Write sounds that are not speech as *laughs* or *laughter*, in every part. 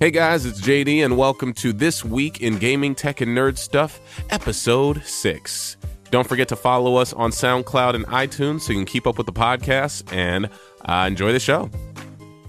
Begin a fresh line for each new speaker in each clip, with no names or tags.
Hey guys, it's JD, and welcome to This Week in Gaming, Tech, and Nerd Stuff, Episode 6. Don't forget to follow us on SoundCloud and iTunes so you can keep up with the podcast and uh, enjoy the show.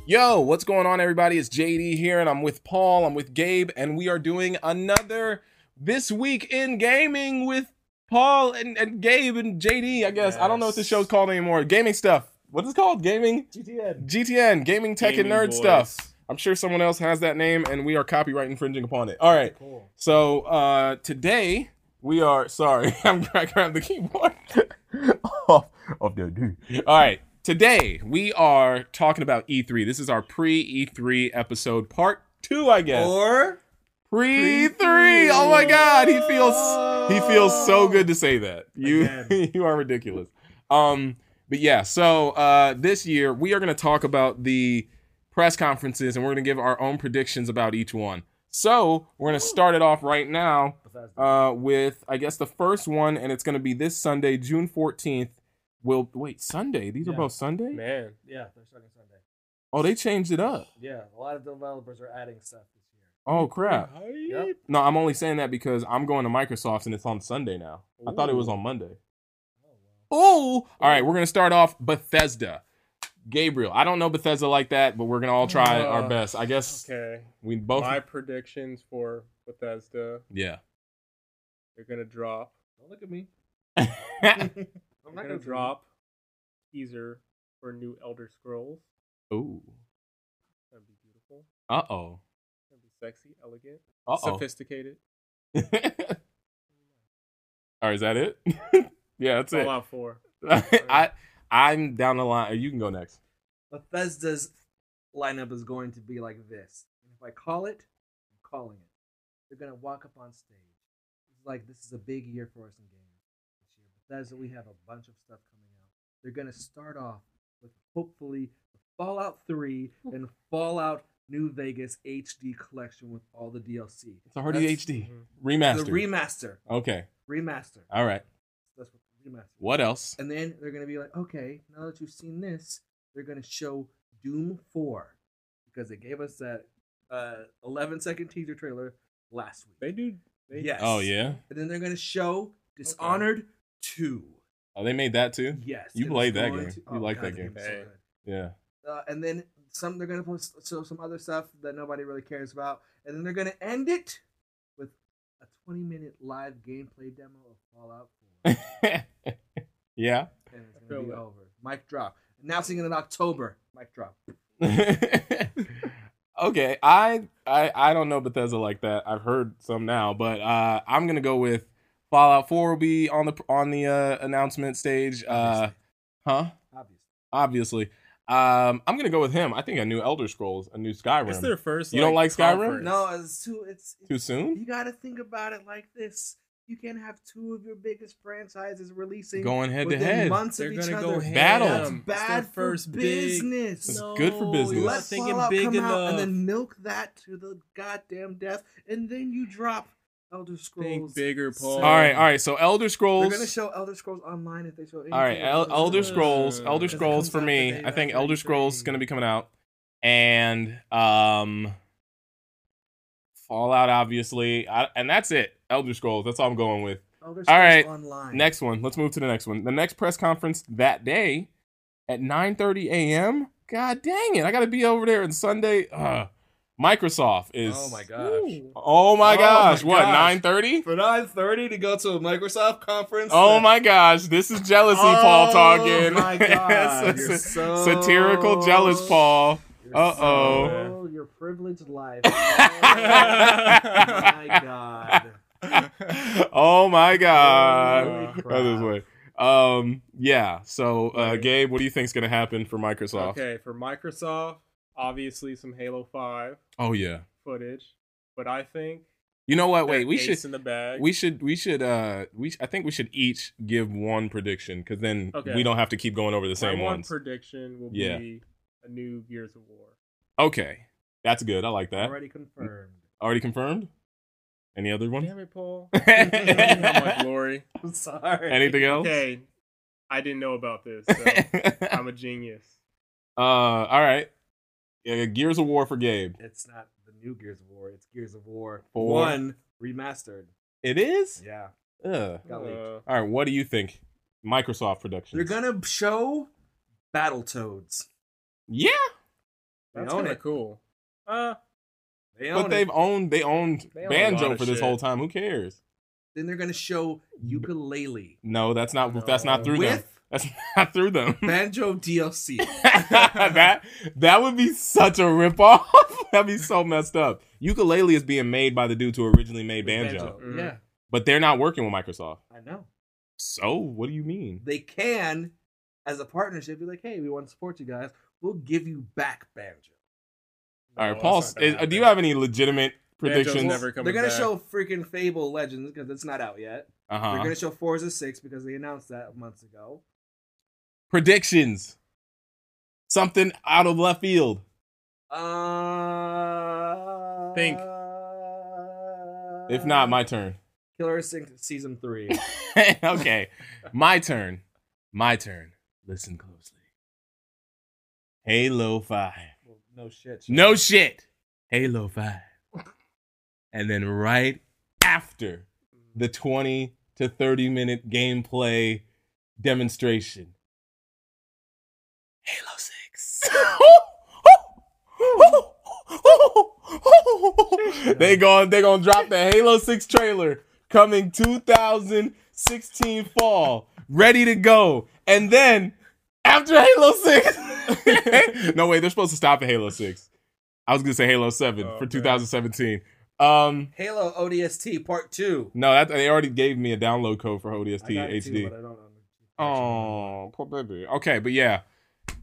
Yo, what's going on, everybody? It's JD here, and I'm with Paul, I'm with Gabe, and we are doing another This Week in Gaming with Paul and, and Gabe and JD, I guess. I don't know what the
Yes.
show's called anymore. Gaming stuff. What is it called? Gaming?
GTN.
GTN, Gaming Tech and Nerd Stuff. I'm sure someone else has that name, and we are copyright infringing upon it. All right.
Cool.
So uh, today we are. Sorry, *laughs* I'm I grabbed the keyboard.
*laughs* Off of the dude.
All right. Today we are talking about E3. This is our pre E3 episode, part two, I
Oh,
guess.
Or
pre E3. Oh my God, he feels he feels so good to say that. You
Oh. Again.
*laughs* you are ridiculous. Um, but yeah, so uh, this year we are going to talk about the press conferences and we're going to give our own predictions about each one. So we're going to start it off right now uh, with I guess the first one, and it's going to be this Sunday, June fourteenth. Will wait Sunday? These are
Yeah.
both Sunday.
Man,
Yeah, they're starting Sunday.
Oh, they changed it up.
Yeah, a lot of developers are adding stuff this year.
Oh crap!
Yep.
No, I'm only saying that because I'm going to Microsoft's and it's on Sunday now. I thought it was on Monday.
Oh, wow.
Oh, all right. We're gonna start off Bethesda. Gabriel, I don't know Bethesda like that, but we're gonna all try
Uh,
our best. I guess
Okay.
we both.
My predictions for Bethesda,
yeah. *laughs*
they're gonna drop.
Don't look at me.
They're
I'm
gonna, drop teaser for new Elder Scrolls.
Ooh.
That'd be beautiful.
Uh oh.
That'd be sexy, elegant,
Uh oh.
sophisticated.
*laughs* all right. Is that it? *laughs* yeah, that's it.
Fallout Four.
*laughs* I I'm down the line. You can go next.
Bethesda's lineup is going to be like this. And if I call it, I'm calling it. They're gonna walk up on stage. It's like this is a big year for us in gaming this year. Bethesda, we have a bunch of stuff coming out. They're gonna start off with hopefully Fallout 3 and Fallout New Vegas HD collection with all the DLC.
It's already
That's-
HD
Mhm.
remaster.
The remaster.
okay.
Remaster.
All right.
That's what remaster.
What else?
And then they're gonna be like, okay, now that you've seen this, they're gonna show Doom Four because they gave us that uh, 11 second teaser trailer last week.
They do. They
Yes.
Oh yeah.
And then they're gonna show Dishonored Two.
Oh, they made that too.
Yes.
You
it is
played that
going
game.
to- oh,
You like that
the
game.
is so
Hey.
good.
Yeah.
Uh, and then some they're gonna post, show some other stuff that nobody really cares about, and then they're gonna end it with a 20 minute live gameplay demo of Fallout 4.
*laughs* yeah.
and it's
Feel
gonna be
that.
over. Mic drop. Announcing it in October. Mic drop.
okay, I, I I don't know Bethesda like that. I've heard some now, but uh, I'm gonna go with Fallout 4 will be on the on the uh, announcement stage. Uh,
Obviously.
huh?
Obviously.
Obviously, um, I'm gonna go with him. I think a new Elder Scrolls, a new Skyrim.
It's their first.
You don't like Skyrim?
conference.
No, it's too. It's,
Too soon?
You gotta think about it like this. You can't have two of your biggest franchises releasing
Going head to
within
head.
months
They're
of each
gonna
other.
go
Battle.
That's
ham. It's their
bad
first
for
big-
business.
It's good for business.
You're
Let
not thinking
Fallout
big
come
enough.
out and then milk that to the goddamn death, and then you drop Elder Scrolls.
Think bigger, Paul.
All right, all right. So Elder
They're
Scrolls.
gonna show Elder Scrolls Online if they show.
all right, El- Elder Scrolls.
Uh,
Elder
Because it
Scrolls
comes
for
out the
me.
day
I think
after
Elder Scrolls is
E3.
gonna be coming out, and um, Fallout obviously, I, and that's it. Elder Scrolls. That's all I'm going with.
Elder Scrolls
All right,
Online.
Next one. Let's move to the next one. The next press conference that day at 9:30 a.m. God dang it! I got to be over there on Sunday. Ugh. Microsoft is.
Oh my gosh.
Oh my
Oh my
gosh! what?
gosh.
9:30?
For nine thirty to go to a Microsoft conference.
Oh my gosh! This is jealousy, Paul talking. *laughs*
Oh my god!
It's
You're
a
so-
Oh,
satirical, jealous
*laughs*
Paul.
You're
Uh-oh.
so- Your
*laughs*
privileged life.
Oh
my god.
*laughs* oh my
Oh.
Holy
god!
crap.
Go this way. Um. Yeah. So, uh, Gabe, what do you think's gonna happen for Microsoft?
Okay, for Microsoft, obviously some Halo Five
Oh yeah.
footage, but I think
You know what? Wait.
they're
We
ace
should.
in the bag.
We should we should uh we sh- I think we should each give one prediction because then
Okay.
we don't have to keep going over the same
My one
ones.
prediction will
Yeah.
be a new Gears of War.
okay, that's good. I like that. Already,
Already confirmed.
confirmed. Any other one?
Damn it, *laughs* Paul. How
*laughs*
*laughs*
much glory.
I'm sorry.
Anything else? *laughs*
Okay, I didn't know about this. So
uh,
I'm a genius.
all right. Yeah, Gears of War for Gabe.
It's not the new Gears of War. It's Gears of War
Four.
One remastered.
It is.
Yeah,
Ugh.
got leaked.
Uh,
All right. What do you think? Microsoft Productions.
They're gonna show Battletoads.
yeah,
They
that's
own
kind of
it.
cool. Uh,
They own
but they've
it.
owned they owned
They own a lot
banjo
of
for this
shit.
whole time. Who cares?
Then they're gonna show ukulele
No, that's not that's not through them.
with
*laughs* That's not through
*laughs*
them. *laughs*
banjo DLC.
that that would be such a ripoff. *laughs* That'd be so messed up. Ukulele is being made by the dudes who originally made banjo, Mm-hmm.
Mm.
Yeah,
but they're not working with Microsoft.
I know.
So what do you mean?
They can, as a partnership, be like, "Hey, we want to support you guys. We'll give you back banjo."
All
no,
right, Paul,
that's not
is- uh,
gonna
do you have
happen.
any legitimate
Banjo's
predictions?
never
They're
coming
gonna
back.
show freaking Fable Legends because it's not out yet. They're
uh-huh.
gonna show Forza Six because they announced that months ago.
predictions. Something out of left field.
Uh,
Think.
If not, my turn. *laughs*
Killer Instinct season three.
okay, my turn. My turn. Listen closely. Halo 5.
well, no shit.
No shit. Halo 5. *laughs* And then right after the 20 to 30 minute gameplay demonstration, Halo 6. *laughs* they going they going to drop the Halo 6 trailer coming 2016 fall, ready to go. And then after Halo 6. *laughs* no, wait, they're supposed to stop at Halo 6. I was going to say Halo 7
Oh,
for
okay.
2017. Um,
Halo ODST Part Two.
no, that, they already gave me a download code for
I got
ODST
it too,
HD.
but I don't know.
oh, poor baby. Okay, but yeah.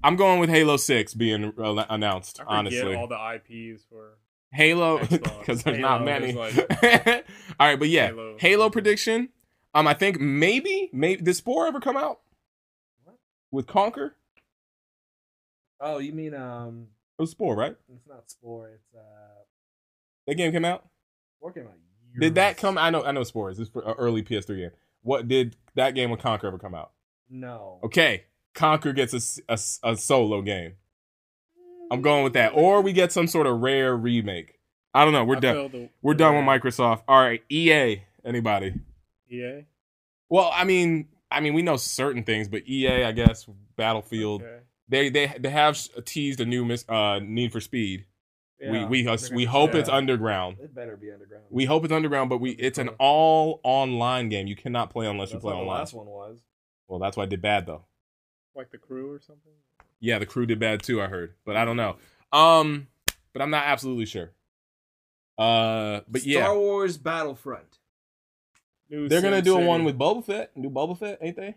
I'm going with Halo 6 being uh, announced,
I forget
honestly.
all the IPs for
Halo, *laughs*
Xbox.
because there's
Halo
not many.
is like-
*laughs* all right, but yeah. Halo.
Halo.
prediction. Um, I think maybe, maybe, did Spore ever come out?
What?
With Conquer?
Oh, you mean um,
It was Spore, right?
it's not Spore. It's uh,
That game came out?
Spore came out. Years.
Did that come? I know, I know, Spores. This is an uh, early PS3 game. What did that game with Conquer ever come out?
No.
Okay, Conquer gets a s- a, s- a solo game.
Mm,
I'm going with that, or we get some sort of rare remake. I don't know. We're
I
done.
feel the-
We're done with
the- E
Microsoft. All right, EA. Anybody?
EA.
Well, I mean, I mean, we know certain things, but EA, I guess, Battlefield.
Okay.
They they they have teased a new mis- uh, Need for Speed.
Yeah,
we we
they're
we
gonna-
hope
yeah.
it's Underground.
It better be underground.
We hope it's underground, but we it's an all online game. You cannot play unless
That's
you play
how the
online.
last one was.
Well, that's why I did bad though.
Like the crew or something.
Yeah, the crew did bad too. I heard, but I don't know. Um, but I'm not absolutely sure. Uh, but
Star
yeah,
Wars Battlefront.
New
they're gonna
Sin
do a
City.
one with Boba Fett. New Boba Fett, ain't they?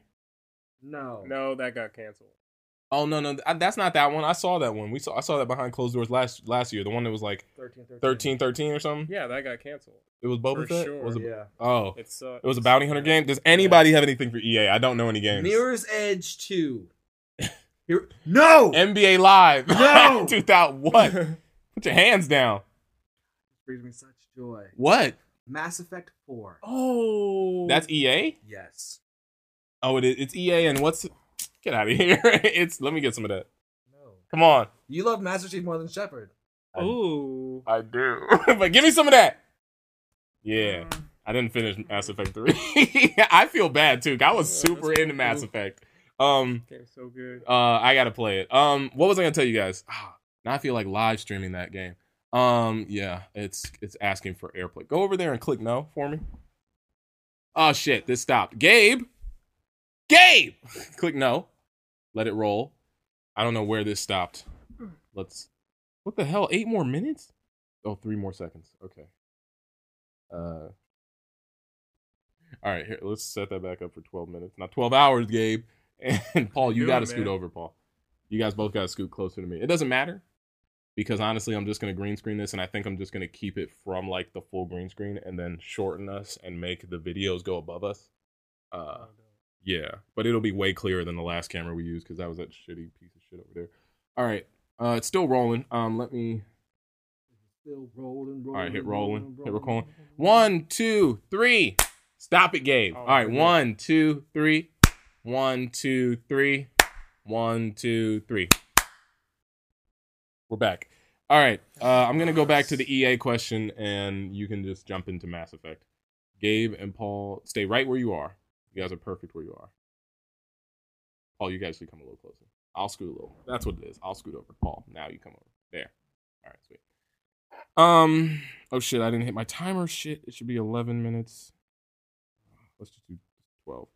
No.
No, that got canceled.
Oh no, no, I, that's not that one. I saw that one. We saw I saw that behind closed doors last last year. The one that was like
13, 13.
thirteen thirteen or something.
Yeah, that got canceled.
It was Boba
For
Fett.
sure,
Was it-
Yeah.
Oh,
It sucks.
it was a bounty hunter game. Does anybody have anything for EA? I don't know any games.
Mirror's Edge
*laughs*
2. Here- no!
NBA Live. *laughs*
No!
2000. What? Put your hands down.
brings me such joy.
What?
Mass Effect 4.
Oh,
That's E EA?
Yes.
Oh, it is. It's EA and what's Get out of here. *laughs* it's let me get some of that.
No.
Come on.
You love Master Chief more than Shepard.
Ooh.
I do. *laughs* but give me some of that. Yeah.
Mm.
I didn't finish Mass Effect 3. *laughs* I feel bad too. 'cause I was
Yeah, that's
super into Mass
cool.
Effect. Um
Game's so good.
uh I got to play it. Um what was I going to tell you guys? Ah, now I feel like live streaming that game. Um yeah, it's it's asking for AirPlay. Go over there and click no for me. Oh shit, this stopped. Gabe. Gabe. *laughs* click no. Let it roll. I don't know where this stopped. Let's What the hell? 8 more minutes? Oh, three more seconds. Okay. Uh all right, here, let's set that back up for 12 minutes. Not 12 hours, Gabe. And *laughs* Paul, you
Doing,
got to scoot
man.
over, Paul. You guys both got to scoot closer to me. It doesn't matter because honestly, I'm just going to green screen this and I think I'm just going to keep it from like the full green screen and then shorten us and make the videos go above us. Uh,
Oh, no.
yeah, but it'll be way clearer than the last camera we used because that was that shitty piece of shit over there. All right, uh, it's still rolling. Um, let me.
Still rolling, rolling.
All right, hit rolling, hit recording. One, two, three. Stop it, Gabe.
Oh,
All right,
forget.
one, two, three. One, two, three. One, two, three. We're back. All right, uh, I'm gonna go back to the EA question, and you can just jump into Mass Effect. Gabe and Paul, stay right where you are. You guys are perfect where you are. Paul, you guys should come a little closer. I'll scoot a little. That's what it is. I'll scoot over. Paul, now you come over. There. All right, sweet. Um. Oh shit! I didn't hit my timer. Shit! It should be 11 minutes. Let's just do 12.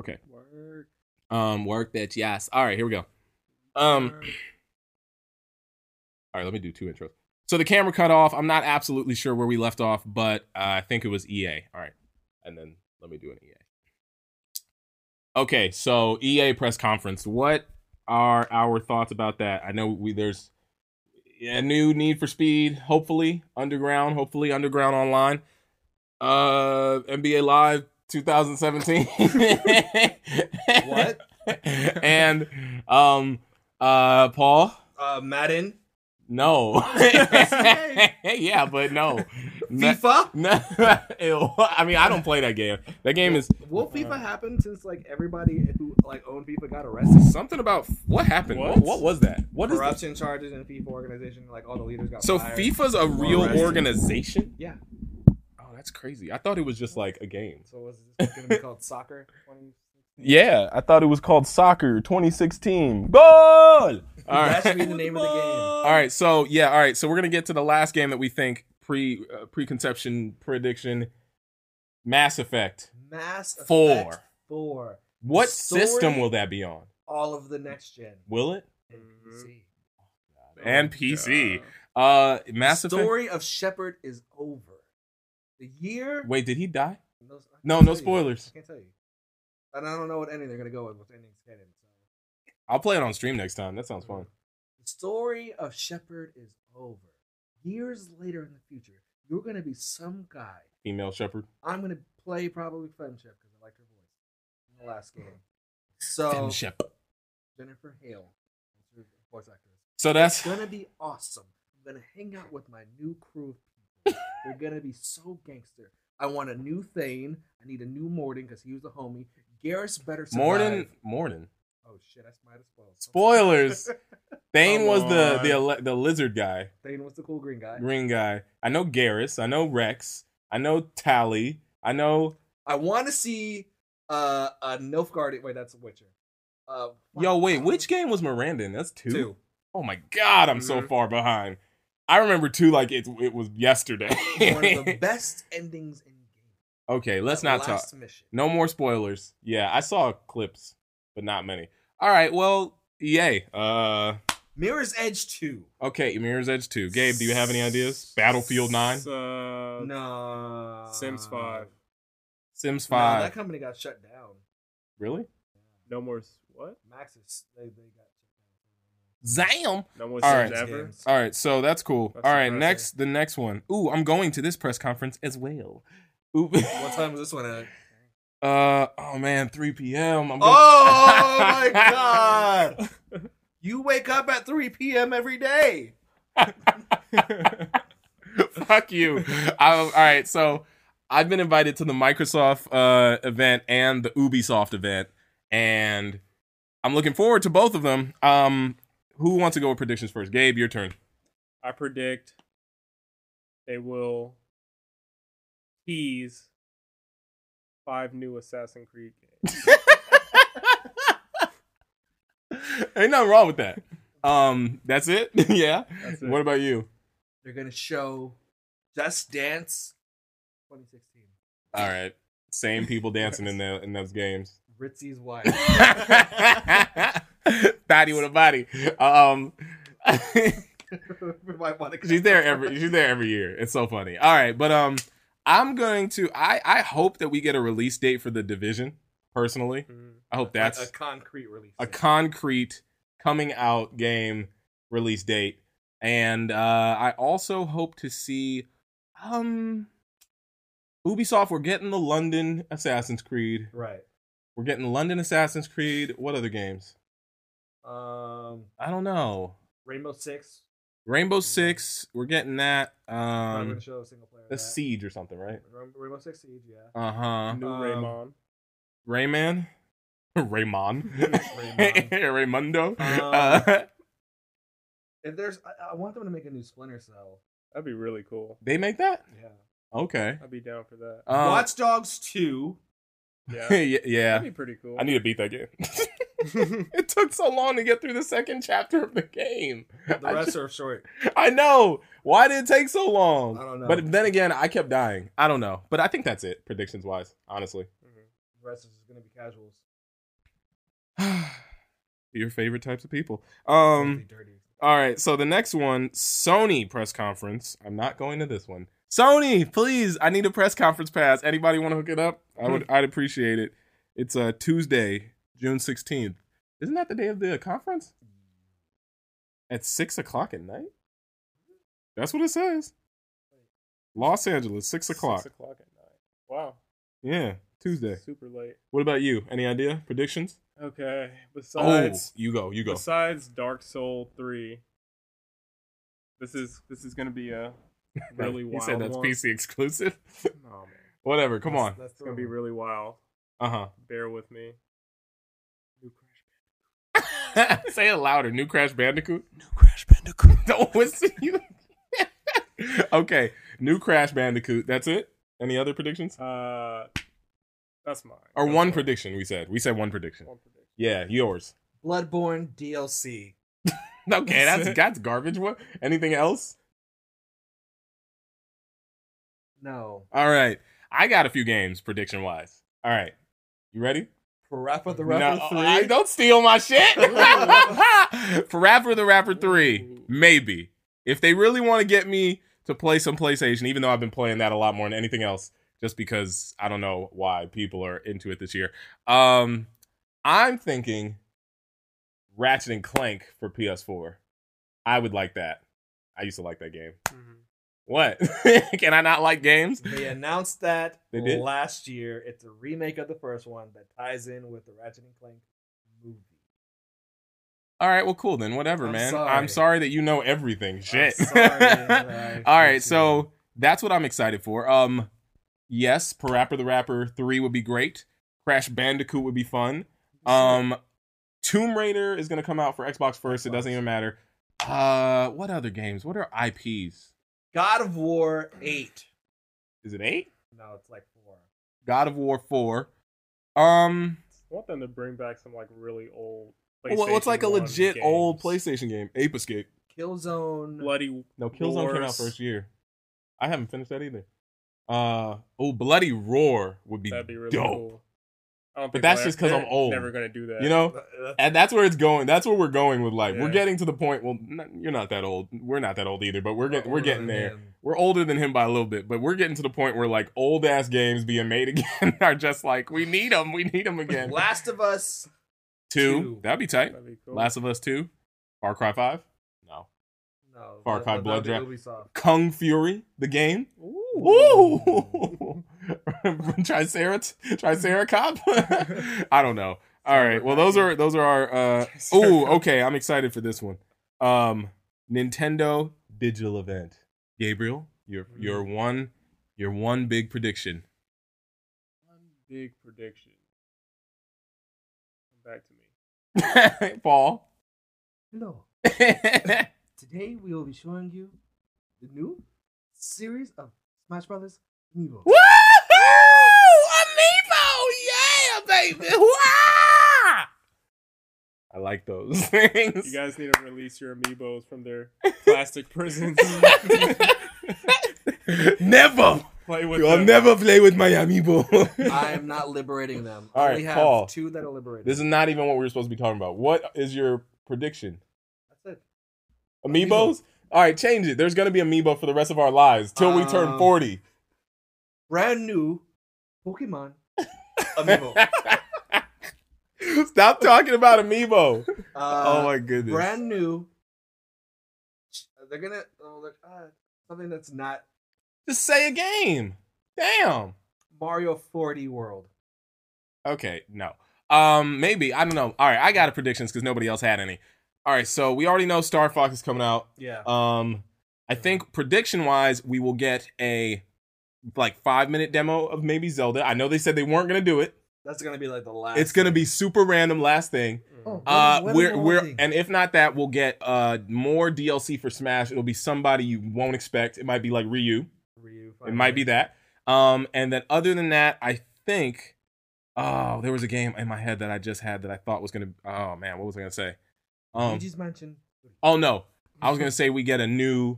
Okay.
Work.
Um. Work, bitch. Yes. All right. Here we go. Um. All right, let me do two intros. So the camera cut off. I'm not absolutely sure where we left off, but uh, I think it was EA. All right. And then let me do an EA. Okay, so EA press conference. What are our thoughts about that? I know we there's a new Need for Speed, hopefully underground, hopefully underground online. Uh NBA Live 2017.
*laughs* What?
*laughs* and um uh Paul
Uh, Madden, *laughs*
no.
Hey.
yeah, but
*laughs*
no. No,
FIFA.
no. *laughs* Ew. I mean, I don't play that game. That game is
Will FIFA happen since like everybody who like owned FIFA got arrested?
something about what happened. What,
What?
what, was that? What is that?
Corruption charges in FIFA organization. Like all the leaders got
So
fired.
FIFA's a real
Arrested.
organization?
Yeah.
Oh, that's crazy. I thought it was just like a game.
So was this gonna be called soccer? 20?
*laughs* Yeah, I thought it was called Soccer 2016. Goal. All
That should
right.
be the name of the game.
*laughs* All right, so yeah, all right, so we're gonna get to the last game that we think pre uh, preconception prediction, Mass Effect.
Mass Effect
Four.
Four.
What
Story?
system will that be on?
All of the next gen.
Will it?
and
Mhm.
Mm-hmm.
PC.
And
Oh,
PC.
God.
Uh, Mass
the
Effect.
story of Shepard is over. The year.
Wait, did he die?
No, I can't
No, no
tell you.
spoilers.
I can't tell you. And I don't know what ending they're gonna go with. What ending's headed. So.
I'll play it on stream next time. That sounds fun.
The story of Shepard is over. Years later in the future, you're gonna be some guy.
Female Shepherd.
I'm gonna play probably Femshep because I liked her voice in the last game. So
Shep.
Jennifer Hale, is her voice actress.
So that's
It's gonna be awesome. I'm gonna hang out with my new crew of
*laughs*
people. They're gonna be so gangster. I want a new Thane. I need a new Morden because he was a homie. Garrus better
*laughs*
survive.
Morden. Morden.
Oh shit, I might have spoiled.
Spoilers.
*laughs*
Thane
Come
was the
on.
the ele- the lizard guy,
Thane was the cool green guy.
green guy. I know Garrus. I know Rex. I know Tally. I know.
I want to see uh, a Nilfgaard. Wait, that's a Witcher. Uh,
Yo, wait. Which game was Miranda in? That's two.
Two.
*laughs*
Mm-hmm.
Oh my god, I'm so
Mhm.
far behind. I remember two like it. It was yesterday.
One
*laughs*
of the best endings in game.
okay, let's
That
not talk.
last Mission.
No more spoilers. Yeah, I saw clips, but not many. All right, well, yay. Uh,
Mirror's Edge two.
okay, Mirror's Edge 2. Gabe, do you have any ideas? Battlefield 9,
Uh,
No.
Sims 5.
Sims
No,
5.
that company got shut down.
really?
No more. s- What?
Max is they, they got
Zam.
No more
All
Sims
right.
ever.
Games.
All right, so that's cool.
That's
All right,
impressive.
next the next one. Ooh, I'm going to this press conference as well. Ooh. *laughs*
What time was this one at?
Uh oh man, 3 p.m. I'm gonna-
Oh *laughs* my god! You wake up at 3 p.m. every day.
*laughs* Fuck you. I, all right, so I've been invited to the Microsoft uh, event and the Ubisoft event, and I'm looking forward to both of them. Um, who wants to go with predictions first? Gabe, your turn. *laughs*
I predict they will tease five new Assassin's Creed games.
*laughs* Ain't nothing wrong with that. Um, that's it. *laughs* yeah.
That's it.
What about you?
They're gonna show Just Dance 2016.
All right, same people dancing in the in those games. *laughs*
Ritzy's wife.
Thotty with a body. Um, *laughs*
We might wanna-
she's
*laughs*
there every she's there every year. It's so funny. All right, but um, I'm going to I I hope that we get a release date for the division. Personally,
Mhm.
I hope
Like
that's
a concrete release.
a
date.
concrete coming out game release date, and uh, I also hope to see um. Ubisoft, we're getting the London Assassin's Creed.
right.
We're getting London Assassin's Creed. What other games?
Um,
I don't know.
Rainbow Six. Hmm.
Rainbow Six, we're getting that.
I'm gonna
Um,
show a single player. of
the
that.
Siege or something, right?
Ram- Rainbow Six Siege. Yeah.
Uh huh.
New
Um,
Raymond.
Rayman, *laughs* Raymond,
*laughs*
*laughs*
Raymond. Uh,
Raymundo.
Um,
uh,
If there's, I, I want them to make a new Splinter Cell.
That'd be really cool.
*laughs* They make that?
Yeah.
Okay.
I'd be down for that.
Uh, Um,
Watch Dogs Two.
*laughs* yeah.
yeah, that'd be pretty cool.
I need to beat that game. *laughs* it took so long to get through the second chapter of the game.
The
I
rest
just-
are short.
I know. Why did it take so long?
I don't know.
But then again, I kept dying. I don't know. But I think that's it, predictions wise, honestly. *sighs*
Mhm.
The rest is just gonna be casuals.
Your favorite types of people. Um
Filthy dirty.
all right, so the next one, Sony press conference. I'm not going to this one. Sony, please, I need a press conference pass. Anybody want to hook it up? I would I'd appreciate it. It's uh Tuesday, June 16th. Isn't that the day of the conference? At six o'clock at night? That's what it says. Los Angeles, six o'clock.
Six o'clock at night. Wow.
Yeah, Tuesday.
Super late.
What about you? Any idea? Predictions? Oh,
Okay. Besides,
you go, you go.
besides Dark Soul three, this is this is gonna
*laughs*
be a really
you
wild.
said that's
one.
PC *laughs* exclusive.
Oh, man.
Whatever, come
That's-
on.
That's
It's gonna be really wild.
Uh
Bear with me. New Crash
huh. *laughs* Say it louder. New Crash Bandicoot. New Crash *laughs* Bandicoot. Don't listen. You. okay. New Crash Bandicoot. That's it. Any other predictions?
Uh, that's mine.
Or
That's
one
mine.
prediction? We said. We said one prediction.
One prediction.
Yeah, yours.
Bloodborne DLC.
Okay,
That's
*laughs* that's
it.
that's garbage. What? Anything else?
No.
All right. I got a few games prediction wise. All right. You ready?
For Rapper the
No,
Rapper Three.
I don't steal my
*laughs*
shit. For Rapper the Rapper 3, maybe. If they really want to get me to play some PlayStation, even though I've been playing that a lot more than anything else, just because I don't know why people are into it this year. Um, I'm thinking Ratchet and Clank for PS4. I would like that. I used to like that game.
Mm-hmm.
What? *laughs* Can I not like games?
They announced that
They did?
last year. It's a remake of the first one that ties in with the Ratchet and Clank movie.
All right, well, cool then. Whatever,
I'm
man.
sorry.
I'm sorry that you know everything. Shit. *laughs*
sorry that I
All right,
can't
so that's what I'm excited for. Um, yes, Parappa the Rapper three would be great. Crash Bandicoot would be fun. Um, Tomb Raider is gonna come out for Xbox first. It doesn't even matter. Uh, what other games? What are IPs?
God of War Eight.
Is it eight?
No, it's like four.
God of War four. Um,
I want them to bring back some like really old.
well, it's like a
PlayStation 1
legit old
games.
PlayStation game. Ape Escape.
Killzone.
Bloody
No, Killzone came out
Roars.
first year. I haven't finished that either. Uh oh, Bloody Roar would be,
That'd be really
dope.
cool. I don't think
that's
they're-
just 'cause I'm
they're
old.
Never gonna do that.
You know,
That's-
and that's where it's going. That's where we're going with life. We're
Yeah.
getting to the point. Well, n you're not that old. We're not that old either, but we're getting we're
older
getting
than
there.
him.
We're older than him by a little bit, but we're getting to the point where like old ass games being made *laughs* again are just like we need them. We need them again.
Last of Us.
two,
two.
that'd be tight.
that'd be cool.
Last of Us two, Far Cry five, no,
No.
Far Cry
that-
Blood
that'd be Ubisoft.
Kung Fury, the game.
Ooh.
Ooh, *laughs* Tricerat, Triceracop. *laughs* I don't know. All right. Well, those are those are our. Uh, ooh, okay. I'm excited for this one. Um, Nintendo digital event. Gabriel, your
Mm-hmm.
your one, your one big
*laughs*
prediction.
One big prediction. Come back to me.
Paul. *laughs*
Hello.
okay.
Today we will be showing you the new series of Smash Brothers Amiibo.
Woo! Amiibo! Yeah, baby! Wah! I like those *laughs* things.
You guys need to release your amiibos
*laughs*
from their plastic prisons.
*laughs* never!
*laughs* Play with
I'll
them.
never play with my
*laughs*
amiibo.
I am not liberating them.
*laughs* All
I
right,
only have
Paul.
two that are
*laughs*
liberated.
this is not even what we were supposed to be talking about. What is your prediction?
That's it.
Amiibos?
Amiibo.
All right, change it. There's going to be amiibo for the rest of our lives till we turn
Um,
40.
Brand new Pokemon
*laughs*
Amiibo. Uh,
Stop talking about amiibo.
Uh,
oh my goodness.
brand new. They're gonna oh, they're, uh, something that's not
Just say a game. Damn.
Mario 40 World.
Okay, no. Um, maybe I don't know. All right, I got a predictions because nobody else had any. All right, so we already know Star Fox is coming out.
Yeah.
Um, I think prediction wise, we will get a like five minute demo of maybe Zelda. I know they said they weren't gonna do it.
That's gonna be like the last.
It's gonna be super random. Last thing.
Oh,
Uh,
what- what
we're
am I
we're
holding?
and if not that, we'll get uh more DLC for Smash. It'll be somebody you won't expect. It might be like Ryu.
Ryu,
It might be that. Um, and then other than that, I think oh, there was a game in my head that I just had that I thought was gonna. Oh man, what was I gonna say? Um,
Luigi's Mansion.
oh no, I was gonna say we get a new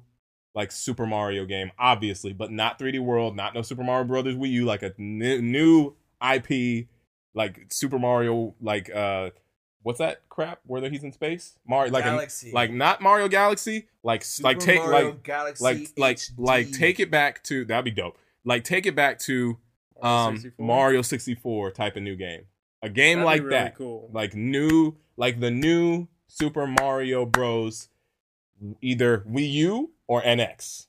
like Super Mario game, obviously, but not 3D World, not no Super Mario Brothers Wii U, like a n- new IP, like Super Mario, like uh, what's that crap? Where he's in space, Mario, like a,
Galaxy,
like not Mario Galaxy, like
Super
like take
Mario
like
Galaxy
like like
HD.
like take it back to that'd be dope. Like take it back to um
64.
Mario 64 type of new game, a game
That'd be
like
really
that,
Cool.
like new like the new Super Mario Bros. Either Wii U or NX.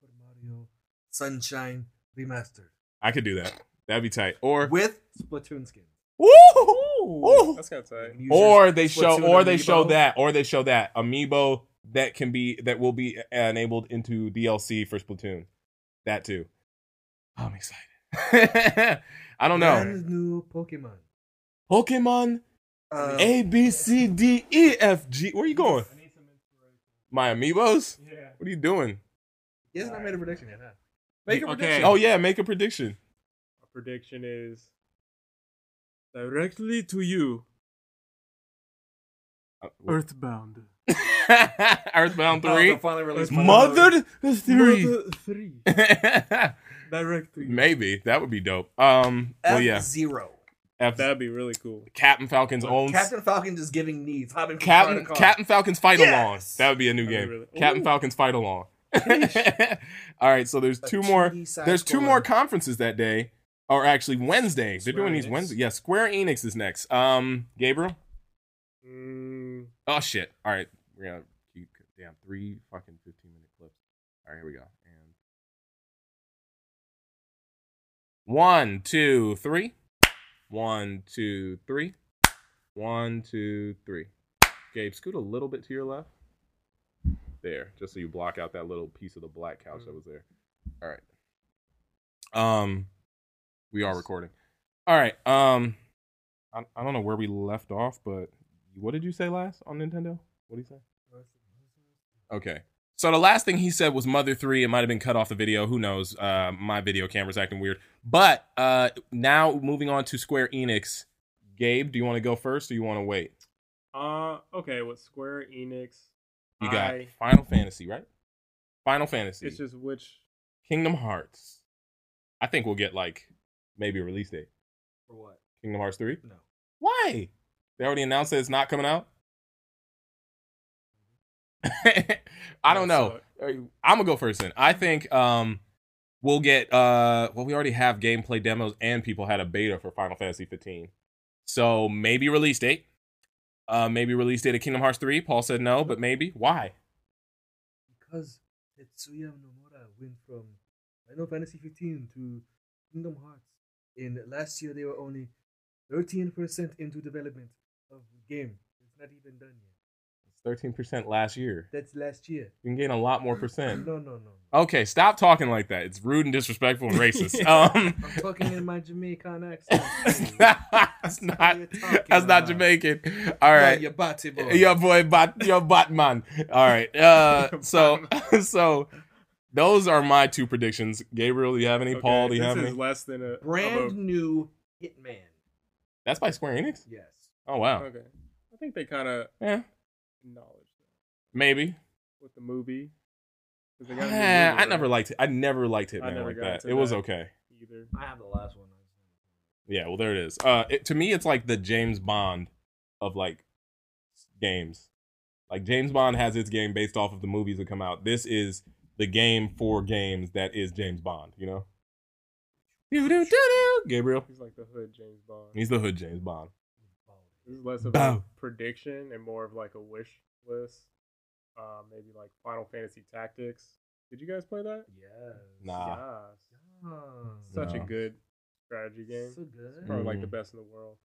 Super Mario Sunshine remastered
I could do that. That'd be tight. Or
with Splatoon skin.
Woo! Woo!
That's kind of tight.
Users-
or they show
Splatoon
or they
amiibo.
show that or they show that amiibo that can be that will be enabled into DLC for Splatoon. That too. I'm excited. *laughs* I don't know.
Brand new Pokemon.
Pokemon
Uh,
A B C D E F G. Where you going?
I need some inspiration.
My amiibos?
Yeah.
What are you doing?
he hasn't made a prediction yet, huh? Make a
Okay.
prediction.
Oh yeah, make a prediction.
Our prediction is directly to you,
*laughs*
Earthbound.
Earthbound
Oh,
three.
they'll Oh, finally release
Mother-
Mothered three.
Mother three. Direct to
*laughs*
you.
Maybe that would be dope. Um. Well, yeah.
Zero.
F-
That'd be really cool.
Captain Falcon's own
Captain Falcon just giving knees. Hopping from car
Captain
to car.
Captain Falcon's fight along.
Yes!
That would be a new
That'd be
game.
really-
Captain
Ooh.
Falcon's fight along. *laughs* All right, so there's
A
two more.
2D side
There's two more
scroller.
conferences that day, or actually Wednesday. They're
Square
doing these
Enix.
Wednesday. Yeah, Square Enix is next. Um, Gabriel.
Mm,
Oh shit! All right, we're gonna keep damn three fucking fifteen minute clips. All right, here we go. And one, two, three. One, two, three. One, two, three. Gabe, scoot a little bit to your left. There, just so you block out that little piece of the black couch that was there. All right. Um, we are recording. All right. Um, I, I don't know where we left off, but what did you say last on Nintendo? What did you say? Okay. So the last thing he said was Mother 3. It might have been cut off the video. Who knows? Uh, my video camera's acting weird. But uh, now moving on to Square Enix. Gabe, do you want to go first or you want to wait?
uh, okay. With Square Enix,
You got
I-
Final Fantasy, right? Final Fantasy.
it's just which
Kingdom Hearts. I think we'll get like maybe a release date.
For what?
Kingdom Hearts 3?
No.
Why? They already announced that it's not coming out? *laughs* I don't know. I'm gonna go first then. I think um we'll get uh well we already have gameplay demos and people had a beta for Final Fantasy 15. So maybe release date. Uh maybe release date of Kingdom Hearts 3. Paul said no, but maybe. Why?
Because Tetsuya Nomura went from Final Fantasy 15 to Kingdom Hearts. And last year they were only 13% into development of the game. It's not even done yet.
It's 13% last year.
That's last year.
You can gain a lot more
No,
percent. Oh.
no, no. no.
Okay, stop talking like that. It's rude and disrespectful and *laughs* racist. um
I'm talking in my Jamaican accent.
*laughs* that's not
you're talking
that's not
about?
Jamaican. All right.
your body boy.
Your boy, Bat, your Batman. All right. *laughs* Uh,
*laughs*
so, so those are my two predictions. Gabriel, do you have any?
Okay,
Paul, do you
this
have
is
any?
less than a
brand
of
new Hitman.
That's by Square Enix.
Yes.
Oh
a-
wow.
okay. I think they kind of
Yeah,
acknowledged that
maybe.
with the movie. 'Cause they got a new
Ah, *sighs*
movie,
I never
right?
liked it. I never liked
I
Hitman
never
like
got
that.
into
It was
that.
okay.
either.
I have the last one.
Yeah. Well, there it is. Uh, it, to me, it's like the James Bond of like games. Like James Bond has its game based off of the movies that come out. This is the game for games that is James Bond. You know. Doo-doo-doo-doo. Gabriel.
He's like the hood James Bond.
He's the hood James Bond.
This is less of
Bow.
a prediction and more of like a wish list. Uh, maybe like Final Fantasy Tactics. Did you guys play that?
Yes.
Nah.
Yes.
Ah,
Such
No.
a good strategy game.
So good.
Probably like
Mm.
the best in the world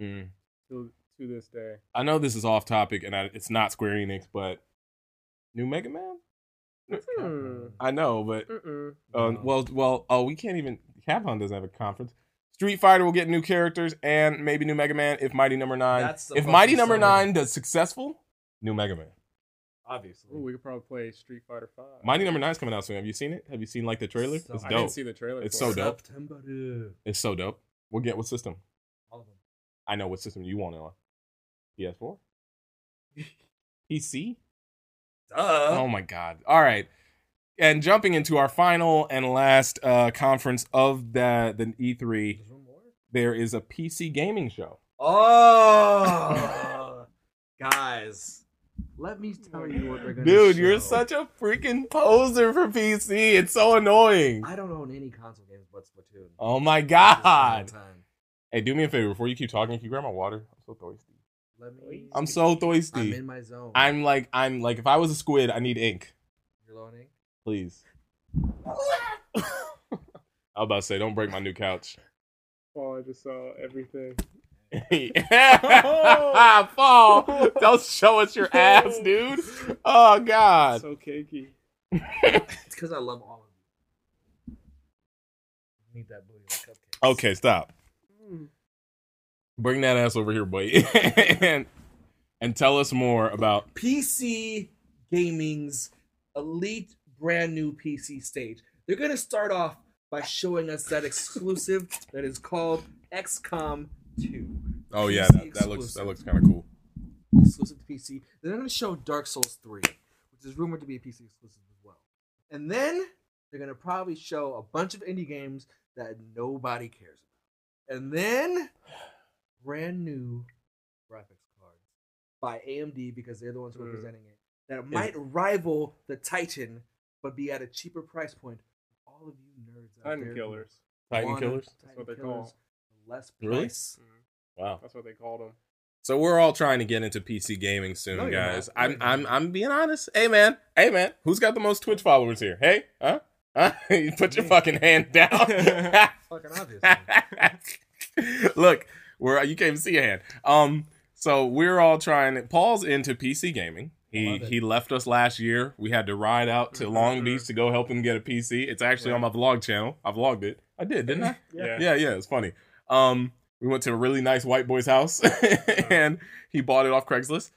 Mm.
to, to this day.
I know this is off topic and I, it's not Square Enix, but new Mega Man.
Mm.
I know, but
Mm-mm.
uh,
No. Mm-hmm.
Mm-hmm. well, well, oh, we can't even. Capcom doesn't have a conference. Street Fighter will get new characters and maybe new Mega Man if Mighty Number Nine.
That's the
If
fucking
Mighty Number
song.
Nine does successful, new Mega Man. Obviously,
Ooh, we could probably play Street Fighter Five.
Mighty Number Nine's coming out soon. Have you seen it? Have you seen like the trailer?
So-
it's
I
dope.
didn't see the trailer.
It's
for
so
it.
dope.
September. dude.
It's so dope. We'll get what system?
All of them.
I know what system you want it on. PS4.
*laughs*
PC.
Duh.
Oh my god. All right. And jumping into our final and last uh, conference of the the E3,
There's one more?
there is a PC gaming show.
Oh,
*laughs*
guys, let me tell you what they're gonna.
Dude, you're
show.
such a freaking poser for PC. It's so annoying.
I don't own any console games but Splatoon.
Oh my
This is the whole
god.
time.
Hey, do me a favor before you keep talking. Can you grab my water? I'm so thirsty.
Let me.
I'm so
I'm
thirsty.
in my zone.
I'm like I'm like if I was a squid, I need ink,
You're loaning.
please. *laughs* I was about to say, don't break my new couch.
Paul, I just saw everything.
*laughs* Paul, don't show us your ass, dude. Oh God.
So cakey.
It's because I love all of you. Need that booty like cupcakes.
Okay, stop.
Hmm.
Bring that ass over here, boy, *laughs* and and tell us more about.
PC gaming's elite brand new PC stage. They're gonna start off by showing us that exclusive that is called XCOM 2.
Oh yeah,
PC
that, that looks that
exclusive.
looks kind of cool.
exclusive to PC. Then they're going to show Dark Souls 3, which is rumored to be a PC exclusive as well. And then they're going to probably show a bunch of indie games that nobody cares about. And then brand new graphics cards by AMD because they're the ones who are
Mm.
presenting it that might rival the Titan but be at a cheaper price point. for All of you nerds out
Titan
there
killers.
who
Titan
wanna
killers.
Titan
what they
killers
call
for less
Really?
price.
Mm.
Wow.
That's what they called them.
So we're all trying to get into PC gaming soon,
No, you're
guys.
not. No,
I'm
you're
I'm I'm being honest. Hey man, hey man, who's got the most Twitch followers here? Hey, huh? Huh? *laughs* You Put your
Me.
fucking hand
*laughs*
down.
Fucking
*laughs*
obvious.
Look, where you can't even see a hand. Um, so we're all trying. Paul's into PC gaming. He
Love it. Mm-hmm.
he left us last year. We had to ride out to
Mhm.
Long Beach to go help him get a PC. It's actually on my vlog channel. I vlogged it. I did, didn't
*laughs*
I?
Yeah.
yeah, yeah. It's funny. Um, we went to a really nice white boy's house, *laughs*
Uh-huh.
and he bought it off Craigslist.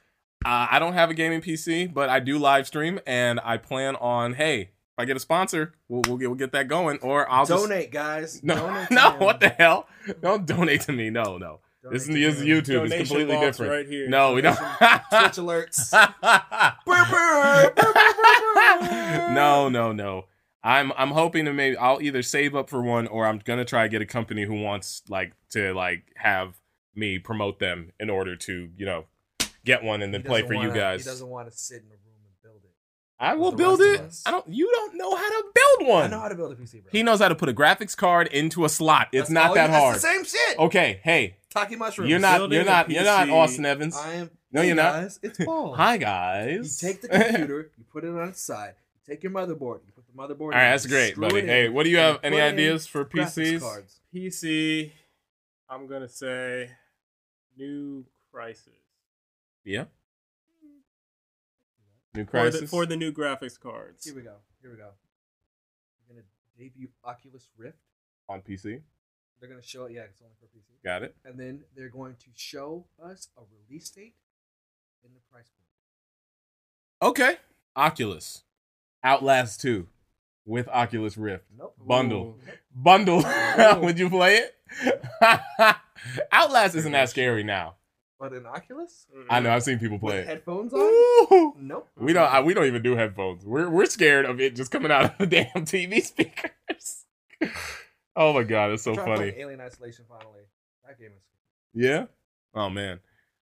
Uh, I don't have a gaming PC, but I do live stream, and I plan on hey, if I get a sponsor, we'll we'll get we'll get that going, or I'll just-
*laughs* Donate,
*laughs*
guys.
no,
Donate to
no,
him.
what the hell? Don't donate to me. No, no.
Donate
This is,
to
this is *laughs*
him.
YouTube. It's
Donation
completely
box
different.
Right here.
No, we don't. *laughs*
Twitch alerts.
no, no, no. I'm I'm hoping to maybe I'll either save up for one or I'm gonna try to get a company who wants like to like have me promote them in order to you know get one and then
He
play
doesn't
for you
wanna-
guys.
He doesn't want to sit in a room and build it.
I will
the
build
rest
it.
of us.
I don't. You don't know how to build one.
I know how to build a PC, bro.
he knows how to put a graphics card into a slot. It's
That's
not
all
that
you-
hard.
That's the same shit.
Okay, hey,
Talking mushrooms.
you're not,
Building
you're
a
not, you're not
PC.
Austin Evans.
I am.
No,
Hey,
you're not.
guys, It's Paul.
Hi
You
guys. *laughs*
take the computer, you put it on its side, you take your motherboard, you put the motherboard.
All right, that's great, buddy. Hey, what do you have? Any
Put in
ideas for PCs?
Cards.
PC. I'm gonna say new crisis.
Yeah. New
For
crisis
the, for the new graphics cards.
Here we go. Here we go. We're gonna debut Oculus Rift.
on PC.
They're gonna show it. Yeah, it's only for PC.
Got it.
and then they're going to show us a release date and the price point.
Okay. Oculus, Outlast Two, with Oculus Rift
Nope.
bundle. Bundle. *laughs*
Ooh.
Would you play it? Outlast isn't that scary now.
But an Oculus?
Mm.
I know. I've seen people play
With
it.
headphones on?
Ooh.
Nope.
We don't. I, we don't even do headphones. We're we're scared of it just coming out of the *laughs* damn TV speakers. *laughs* oh my god, it's so
Try to play
funny.
Alien Isolation finally. That game is.
Yeah. Oh man.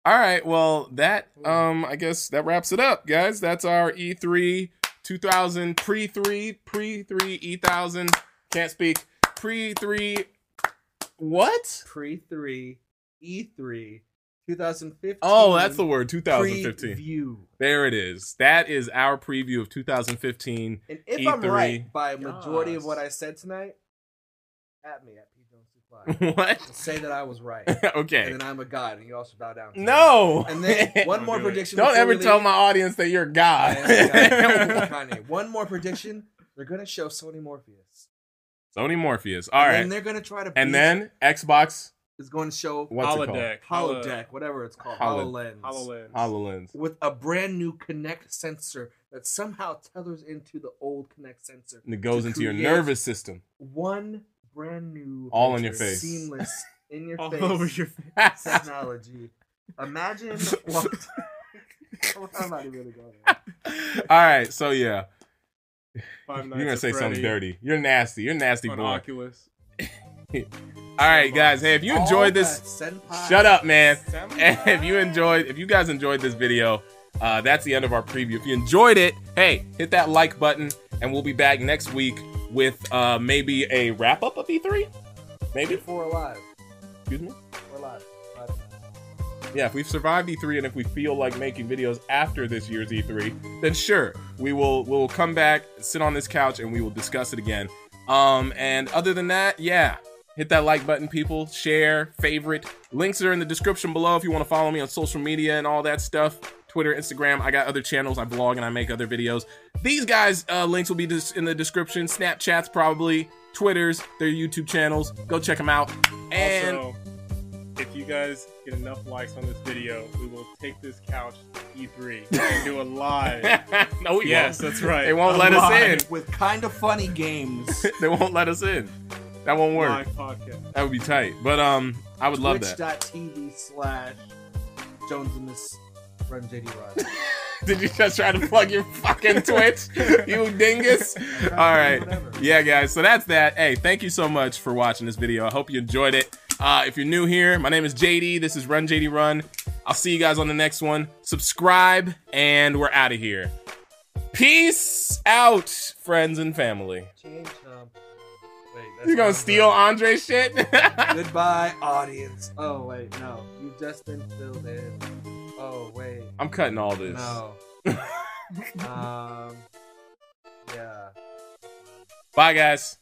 All right. Well, that um, I guess that wraps it up, guys. That's our E E3 2000 pre three pre three E thousand. Can't speak pre three. What?
Pre E 3, E3, 2015.
Oh, that's the word. 2015.
View.
There it is. That is our preview of 2015.
And if I'm
E3.
right by a majority of
Yes.
what I said tonight, at me at P Jones
*laughs*
Supply.
*laughs* what?
Say that I was right. And
okay.
then I'm a god, and you also bow down. to me.
No.
And
*laughs*
then one
Don't
more
do it.
prediction.
Don't
before
ever
we
tell
leave.
my audience that you're a
*laughs*
god. *laughs*
I am Kanye. One more prediction. They're gonna show Sony Morpheus.
Sony Morpheus. All right.
And they're gonna try to.
And
beat-
then Xbox
it's going to show
what's it called?
Holodeck.
holodeck, whatever it's called,
Holo-
hololens,
HoloLens.
HoloLens.
with a brand new Kinect sensor that somehow tethers into the old Kinect sensor.
And it goes
to
into your
create
nervous
*laughs*
system. *laughs*
One brand new,
All in your face.
seamless
*laughs*
in your
All
face
over your face.
technology.
*laughs*
Imagine. What, *laughs* I'm not even gonna go there.
All right, so yeah,
Five
you're gonna
Nights
say
at
something
Freddy
dirty. You're nasty. You're nasty
On
boy. All
Oculus.
right, guys. Hey, if you enjoyed this,
All that senpai-
shut up, man. And *laughs* if you enjoyed, if you guys enjoyed this video, uh, that's the end of our preview. If you enjoyed it, hey, hit that like button, and we'll be back next week with uh, maybe a wrap up of E3. Maybe,
If we're alive,
excuse me.
we're alive. But
Yeah, if we've survived E3 and if we feel like making videos after this year's E3, then sure, we will we will come back, sit on this couch, and we will discuss it again. Um, and other than that, yeah, hit that like button, people. Share, favorite. Links are in the description below if you want to follow me on social media and all that stuff. Twitter, Instagram. I got other channels. I blog and I make other videos. These guys' uh, links will be dis- in the description. Snapchats, probably. Twitters, their YouTube channels. Go check them out. And *laughs*
also, if you guys get enough likes on this video, we will take this couch to E3 and do
*laughs*
a live.
no, we
yes,
won't.
that's right.
They won't
A
let us
live-
in.
with kind of
*laughs*
funny games.
they won't let us in. That won't work.
Live podcast.
That would be tight. But um, I would love that.
Twitch.tv slash Jones and Miss Run JD
*laughs*
Rod.
Did you just try to plug your fucking Twitch, you dingus? All right.
Whatever.
Yeah, guys. So that's that. Hey, thank you so much for watching this video. I hope you enjoyed it. Uh, if you're new here, my name is JD. This is Run JD Run. I'll see you guys on the next one. Subscribe, and we're out of here. Peace out, friends and family.
Change um, Wait, that's
You gonna
not
steal
right.
Andre's shit? *laughs*
Goodbye, audience. Oh wait, no. You've just been filled in. Oh wait.
I'm cutting all this.
No.
*laughs*
um. Yeah.
Bye, guys.